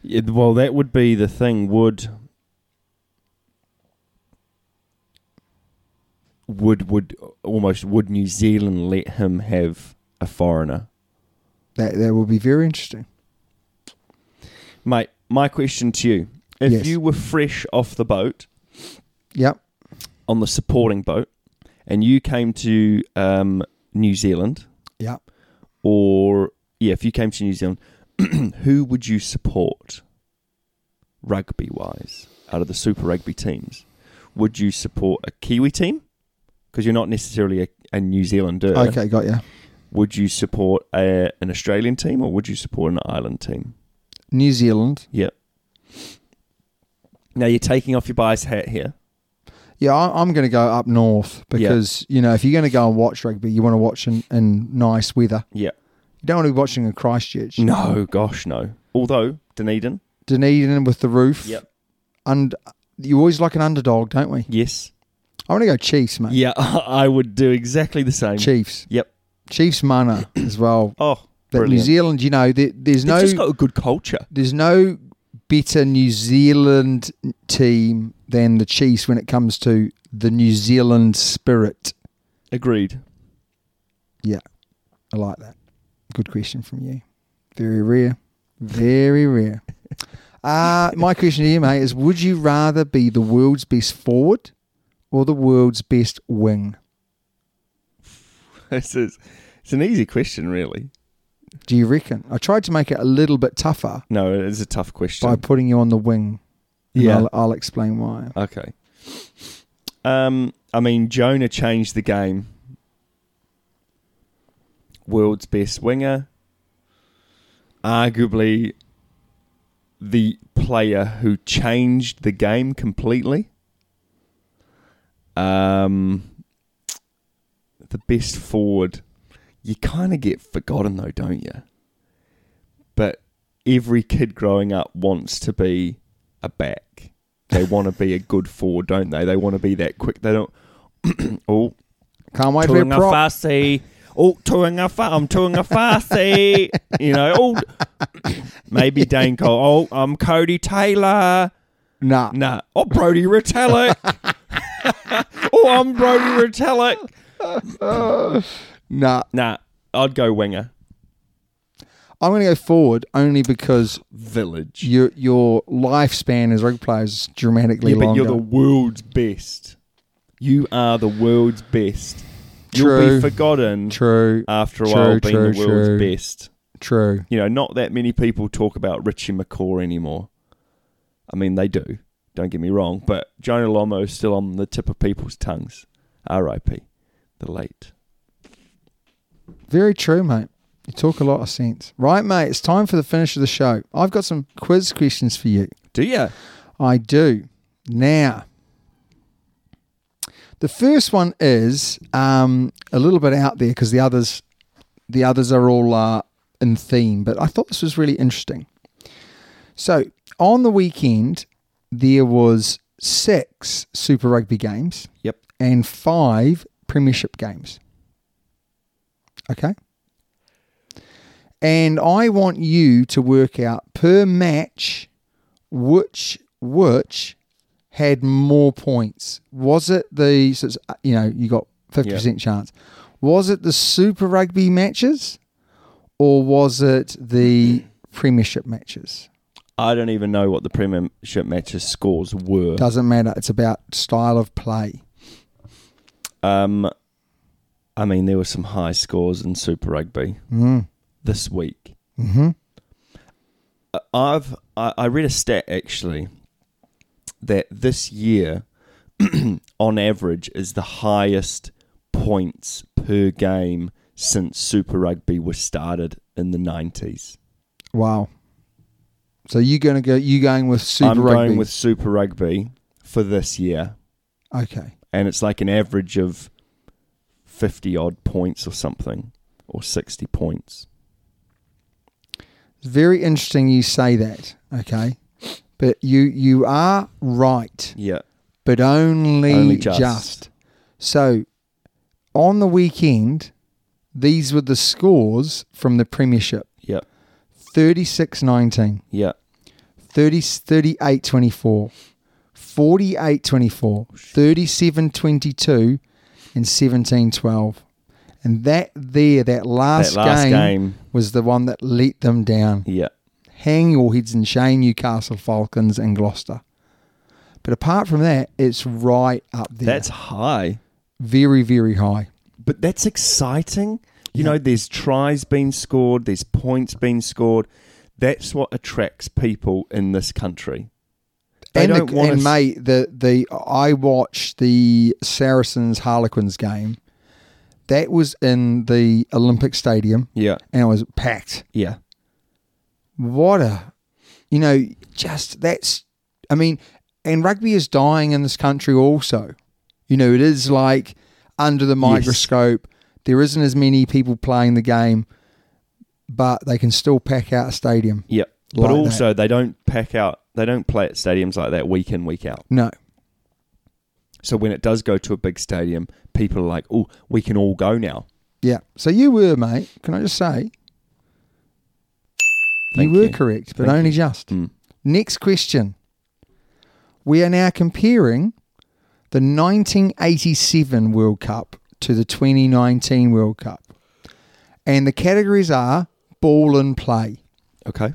B: Yeah, well, that would be the thing. Would would would almost would New Zealand let him have a foreigner.
A: That that will be very interesting.
B: Mate, my question to you if
A: Yes.
B: you were fresh off the boat,
A: Yep.
B: on the supporting boat, and you came to um, New Zealand,
A: Yep.
B: or yeah, if you came to New Zealand, who would you support rugby wise out of the Super Rugby teams? Would you support a Kiwi team? Because you're not necessarily a, a New Zealander.
A: Okay, got you.
B: Would you support a, an Australian team or would you support an island team?
A: New Zealand.
B: Yep. Now you're taking off your bias hat here.
A: Yeah, I, I'm going to go up north because you know if you're going to go and watch rugby, you want to watch in, in nice weather.
B: Yeah.
A: You don't want to be watching in Christchurch,
B: No, gosh, no. Although Dunedin.
A: Dunedin with the roof.
B: Yep.
A: And you always like an underdog, don't we?
B: Yes.
A: I want to go Chiefs, mate.
B: Yeah, I would do exactly the same.
A: Chiefs.
B: Yep.
A: Chiefs mana as well.
B: Oh,
A: But
B: brilliant.
A: New Zealand, you know, there, there's
B: They've
A: no
B: just got a good culture.
A: there's no better New Zealand team than the Chiefs when it comes to the New Zealand spirit.
B: Agreed.
A: Yeah, I like that. Good question from you. Very rare. Very rare. Uh, my question to you, mate, is would you rather be the world's best forward or the world's best wing?
B: This is it's an easy question, really.
A: Do you reckon? I tried to make it a little bit tougher
B: No, it is a tough question.
A: by putting you on the wing. and
B: Yeah.
A: I'll, I'll explain why.
B: okay. Um, I mean, Jonah changed the game. World's best winger, arguably the player who changed the game completely. Um, the best forward, you kind of get forgotten though, don't you? But every kid growing up wants to be a back. They want to be a good forward, don't they? They want to be that quick. They don't. oh,
A: Can't wait for a
B: touring a
A: prop.
B: fussy. Oh, touring a fa- I'm touring a fussy. you know, oh, maybe Dane Cole. Oh, I'm Cody Taylor.
A: Nah.
B: Nah. Oh, Brody Retallick. oh, I'm Brody Retallick.
A: Nah.
B: Nah, I'd go winger.
A: I'm going to go forward only because
B: Village.
A: your your lifespan as rugby players is dramatically
B: yeah, but
A: longer.
B: you're the world's best. You are the world's best. You'll
A: True.
B: be forgotten
A: true,
B: after a
A: True,
B: while being
A: true,
B: the world's
A: true.
B: best.
A: true.
B: You know, not that many people talk about Richie McCaw anymore. I mean, they do. Don't get me wrong, but Jonah Lomo is still on the tip of people's tongues. R.I.P. The late.
A: Very true, mate. You talk a lot of sense. Right, mate, it's time for the finish of the show. I've got some quiz questions for you.
B: Do you?
A: I do. Now, the first one is um, a little bit out there because the others, the others are all uh, in theme. But I thought this was really interesting. So on the weekend, there was six Super Rugby games
B: Yep.
A: and five Premiership games. Okay. And I want you to work out per match which which had more points. Was it the so it's, uh, you know you got fifty percent chance? Was it the Super Rugby matches, or was it the Premiership matches?
B: I don't even know what the Premiership matches scores were.
A: Doesn't matter. It's about style of play.
B: Um, I mean, there were some high scores in Super Rugby
A: Mm.
B: this week. Mm-hmm. I've I, I read a stat actually that this year, on average, is the highest points per game since Super Rugby was started in the nineties.
A: Wow. So you gonna go? You going with Super
B: I'm
A: Rugby?
B: going with Super Rugby for this year,
A: okay.
B: and it's like an average of fifty odd points or something, or sixty points.
A: It's very interesting you say that. Okay, but you you are right,
B: Yeah.
A: but only,
B: Only just.
A: So on the weekend, these were the scores from the Premiership:
B: Yep.
A: 36-19,
B: Yeah.
A: 30, 38-24, 48-24, 37-22, and 17-12. And that there, that last,
B: That last
A: game,
B: game.
A: was the one that let them down.
B: Yeah.
A: Hang your heads in shame, Newcastle Falcons and Gloucester. But apart from that, it's right up there.
B: That's high.
A: very, very high.
B: But that's exciting. You know, there's tries being scored, there's points being scored. That's what attracts people in this country. They
A: and
B: don't
A: the,
B: want
A: and
B: to
A: mate, the the I watched the Saracens Harlequins game. That was in the Olympic Stadium,
B: Yeah.
A: and it was packed.
B: Yeah.
A: What a, you know, just that's. I mean, and rugby is dying in this country also. You know, it is like under the microscope. There isn't as many people playing the game, but they can still pack out a stadium.
B: Yeah.
A: Like
B: but
A: that.
B: also they don't pack out they don't play at stadiums like that week in, week out.
A: No,
B: So when it does go to a big stadium, people are like, Oh, we can all go now.
A: Yeah. So you were, mate. Can I just say?
B: Thank
A: you were
B: you. Mm.
A: correct, but
B: Thank
A: only just. Next question. We are now comparing the 1987 World Cup to the 2019 World Cup. And the categories are ball and play.
B: Okay.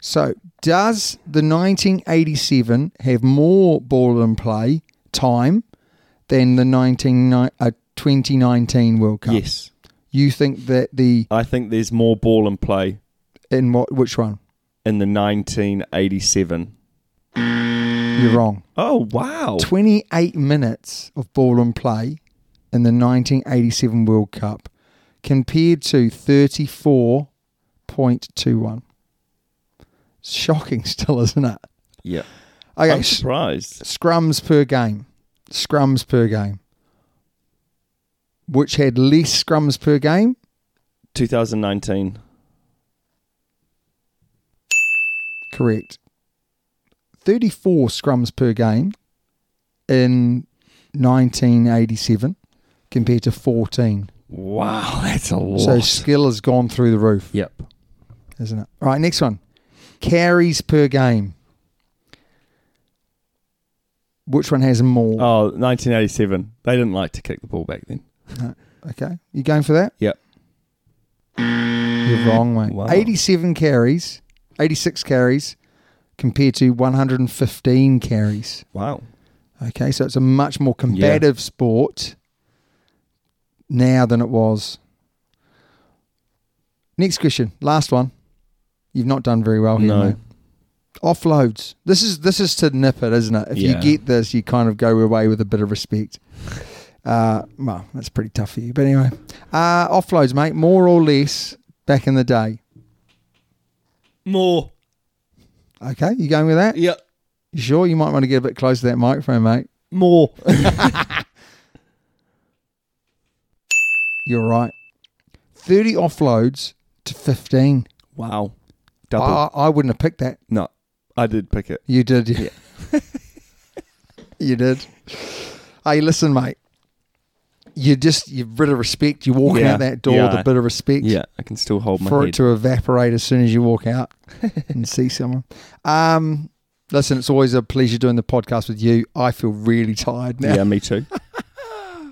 A: So, does the 1987 have more ball and play time than the 19, uh, 2019 World Cup?
B: Yes.
A: You think that the
B: I think there's more ball and play
A: in what which one?
B: in the nineteen eighty seven.
A: You're wrong.
B: Oh wow.
A: 28 minutes of ball and play in the 1987 World Cup compared to 34.21. Shocking still, isn't it?
B: yeah.
A: Okay,
B: I'm
A: s-
B: surprised.
A: scrums per game. Scrums per game. Which had less scrums per game?
B: 2019.
A: Correct. 34 scrums per game in 1987 compared to 14.
B: Wow, that's a lot.
A: So skill has gone through the roof,
B: yep.
A: isn't it? All right, next one. Carries per game. Which one has more?
B: Oh, 1987. They didn't like to kick the ball back then.
A: Okay. You going for that?
B: Yep.
A: You're wrong, mate.
B: Wow.
A: 87 carries, 86 carries compared to 115 carries.
B: Wow.
A: Okay, so it's a much more combative sport now than it was. Next question, last one. You've not done very well here,
B: No.
A: mate. Offloads. This is this is to nip it, isn't it? If
B: Yeah.
A: you get this, you kind of go away with a bit of respect. Uh, well, that's pretty tough for you, but anyway, uh, offloads, mate. More or less back in the day.
B: More.
A: Okay, you going with that?
B: Yep.
A: You sure? You might want to get a bit close to that microphone, mate.
B: More.
A: You're right. 30 offloads to 15.
B: wow.
A: I,
B: Double.
A: I I wouldn't have picked that.
B: no, I did pick it.
A: You did. Yeah. you did. Hey, listen, mate. You just, you bit of respect. You're walking
B: Yeah.
A: out that door
B: Yeah.
A: with a bit of respect
B: Yeah, I can still hold my
A: for
B: head.
A: it to evaporate as soon as you walk out and see someone. Um, listen, it's always a pleasure doing the podcast with you. I feel really tired now.
B: yeah, me too.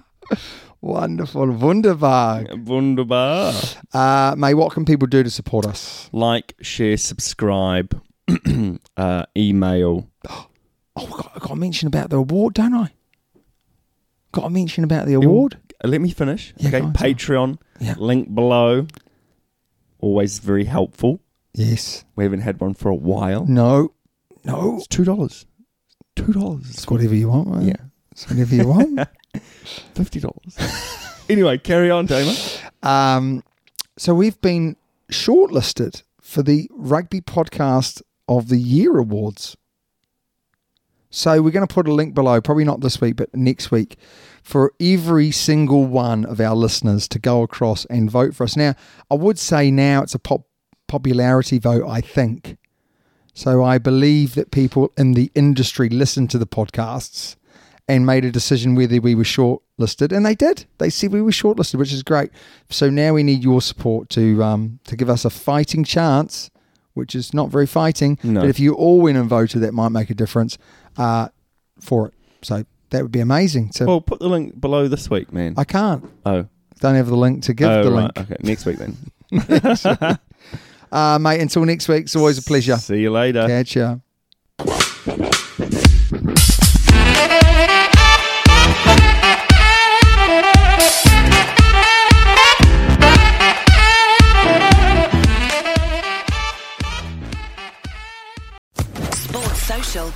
A: Wonderful. Wunderbar.
B: Wunderbar.
A: Uh, mate, what can people do to support us?
B: Like, share, subscribe, uh, email.
A: Oh, I got, I got to mention about the award, don't I? Got to mention about the award.
B: Let me finish.
A: Yeah,
B: okay,
A: go on, sorry.
B: Patreon.
A: Yeah.
B: Link below. Always very helpful.
A: Yes.
B: We haven't had one for a while.
A: No. No.
B: It's two dollars. Two dollars.
A: It's whatever you want, mate.
B: Yeah.
A: It's whatever you want.
B: Fifty dollars. anyway, carry on, Damon.
A: um, so we've been shortlisted for the Rugby Podcast of the Year Awards. So we're going to put a link below, probably not this week, but next week, for every single one of our listeners to go across and vote for us. Now, I would say now it's a pop popularity vote, I think. So I believe that people in the industry listened to the podcasts and made a decision whether we were shortlisted, and they did. They said we were shortlisted, which is great. So now we need your support to um, to give us a fighting chance, which is not very fighting.
B: No.
A: But if you all went and voted, that might make a difference uh, for it. So that would be amazing. So
B: Well, put the link below this week, man.
A: I can't.
B: oh,
A: Don't have the link to give
B: oh,
A: the
B: right.
A: link.
B: Okay, next week then.
A: Uh, mate, until next week, it's always a pleasure.
B: See you later.
A: Catch ya.
C: Sports Social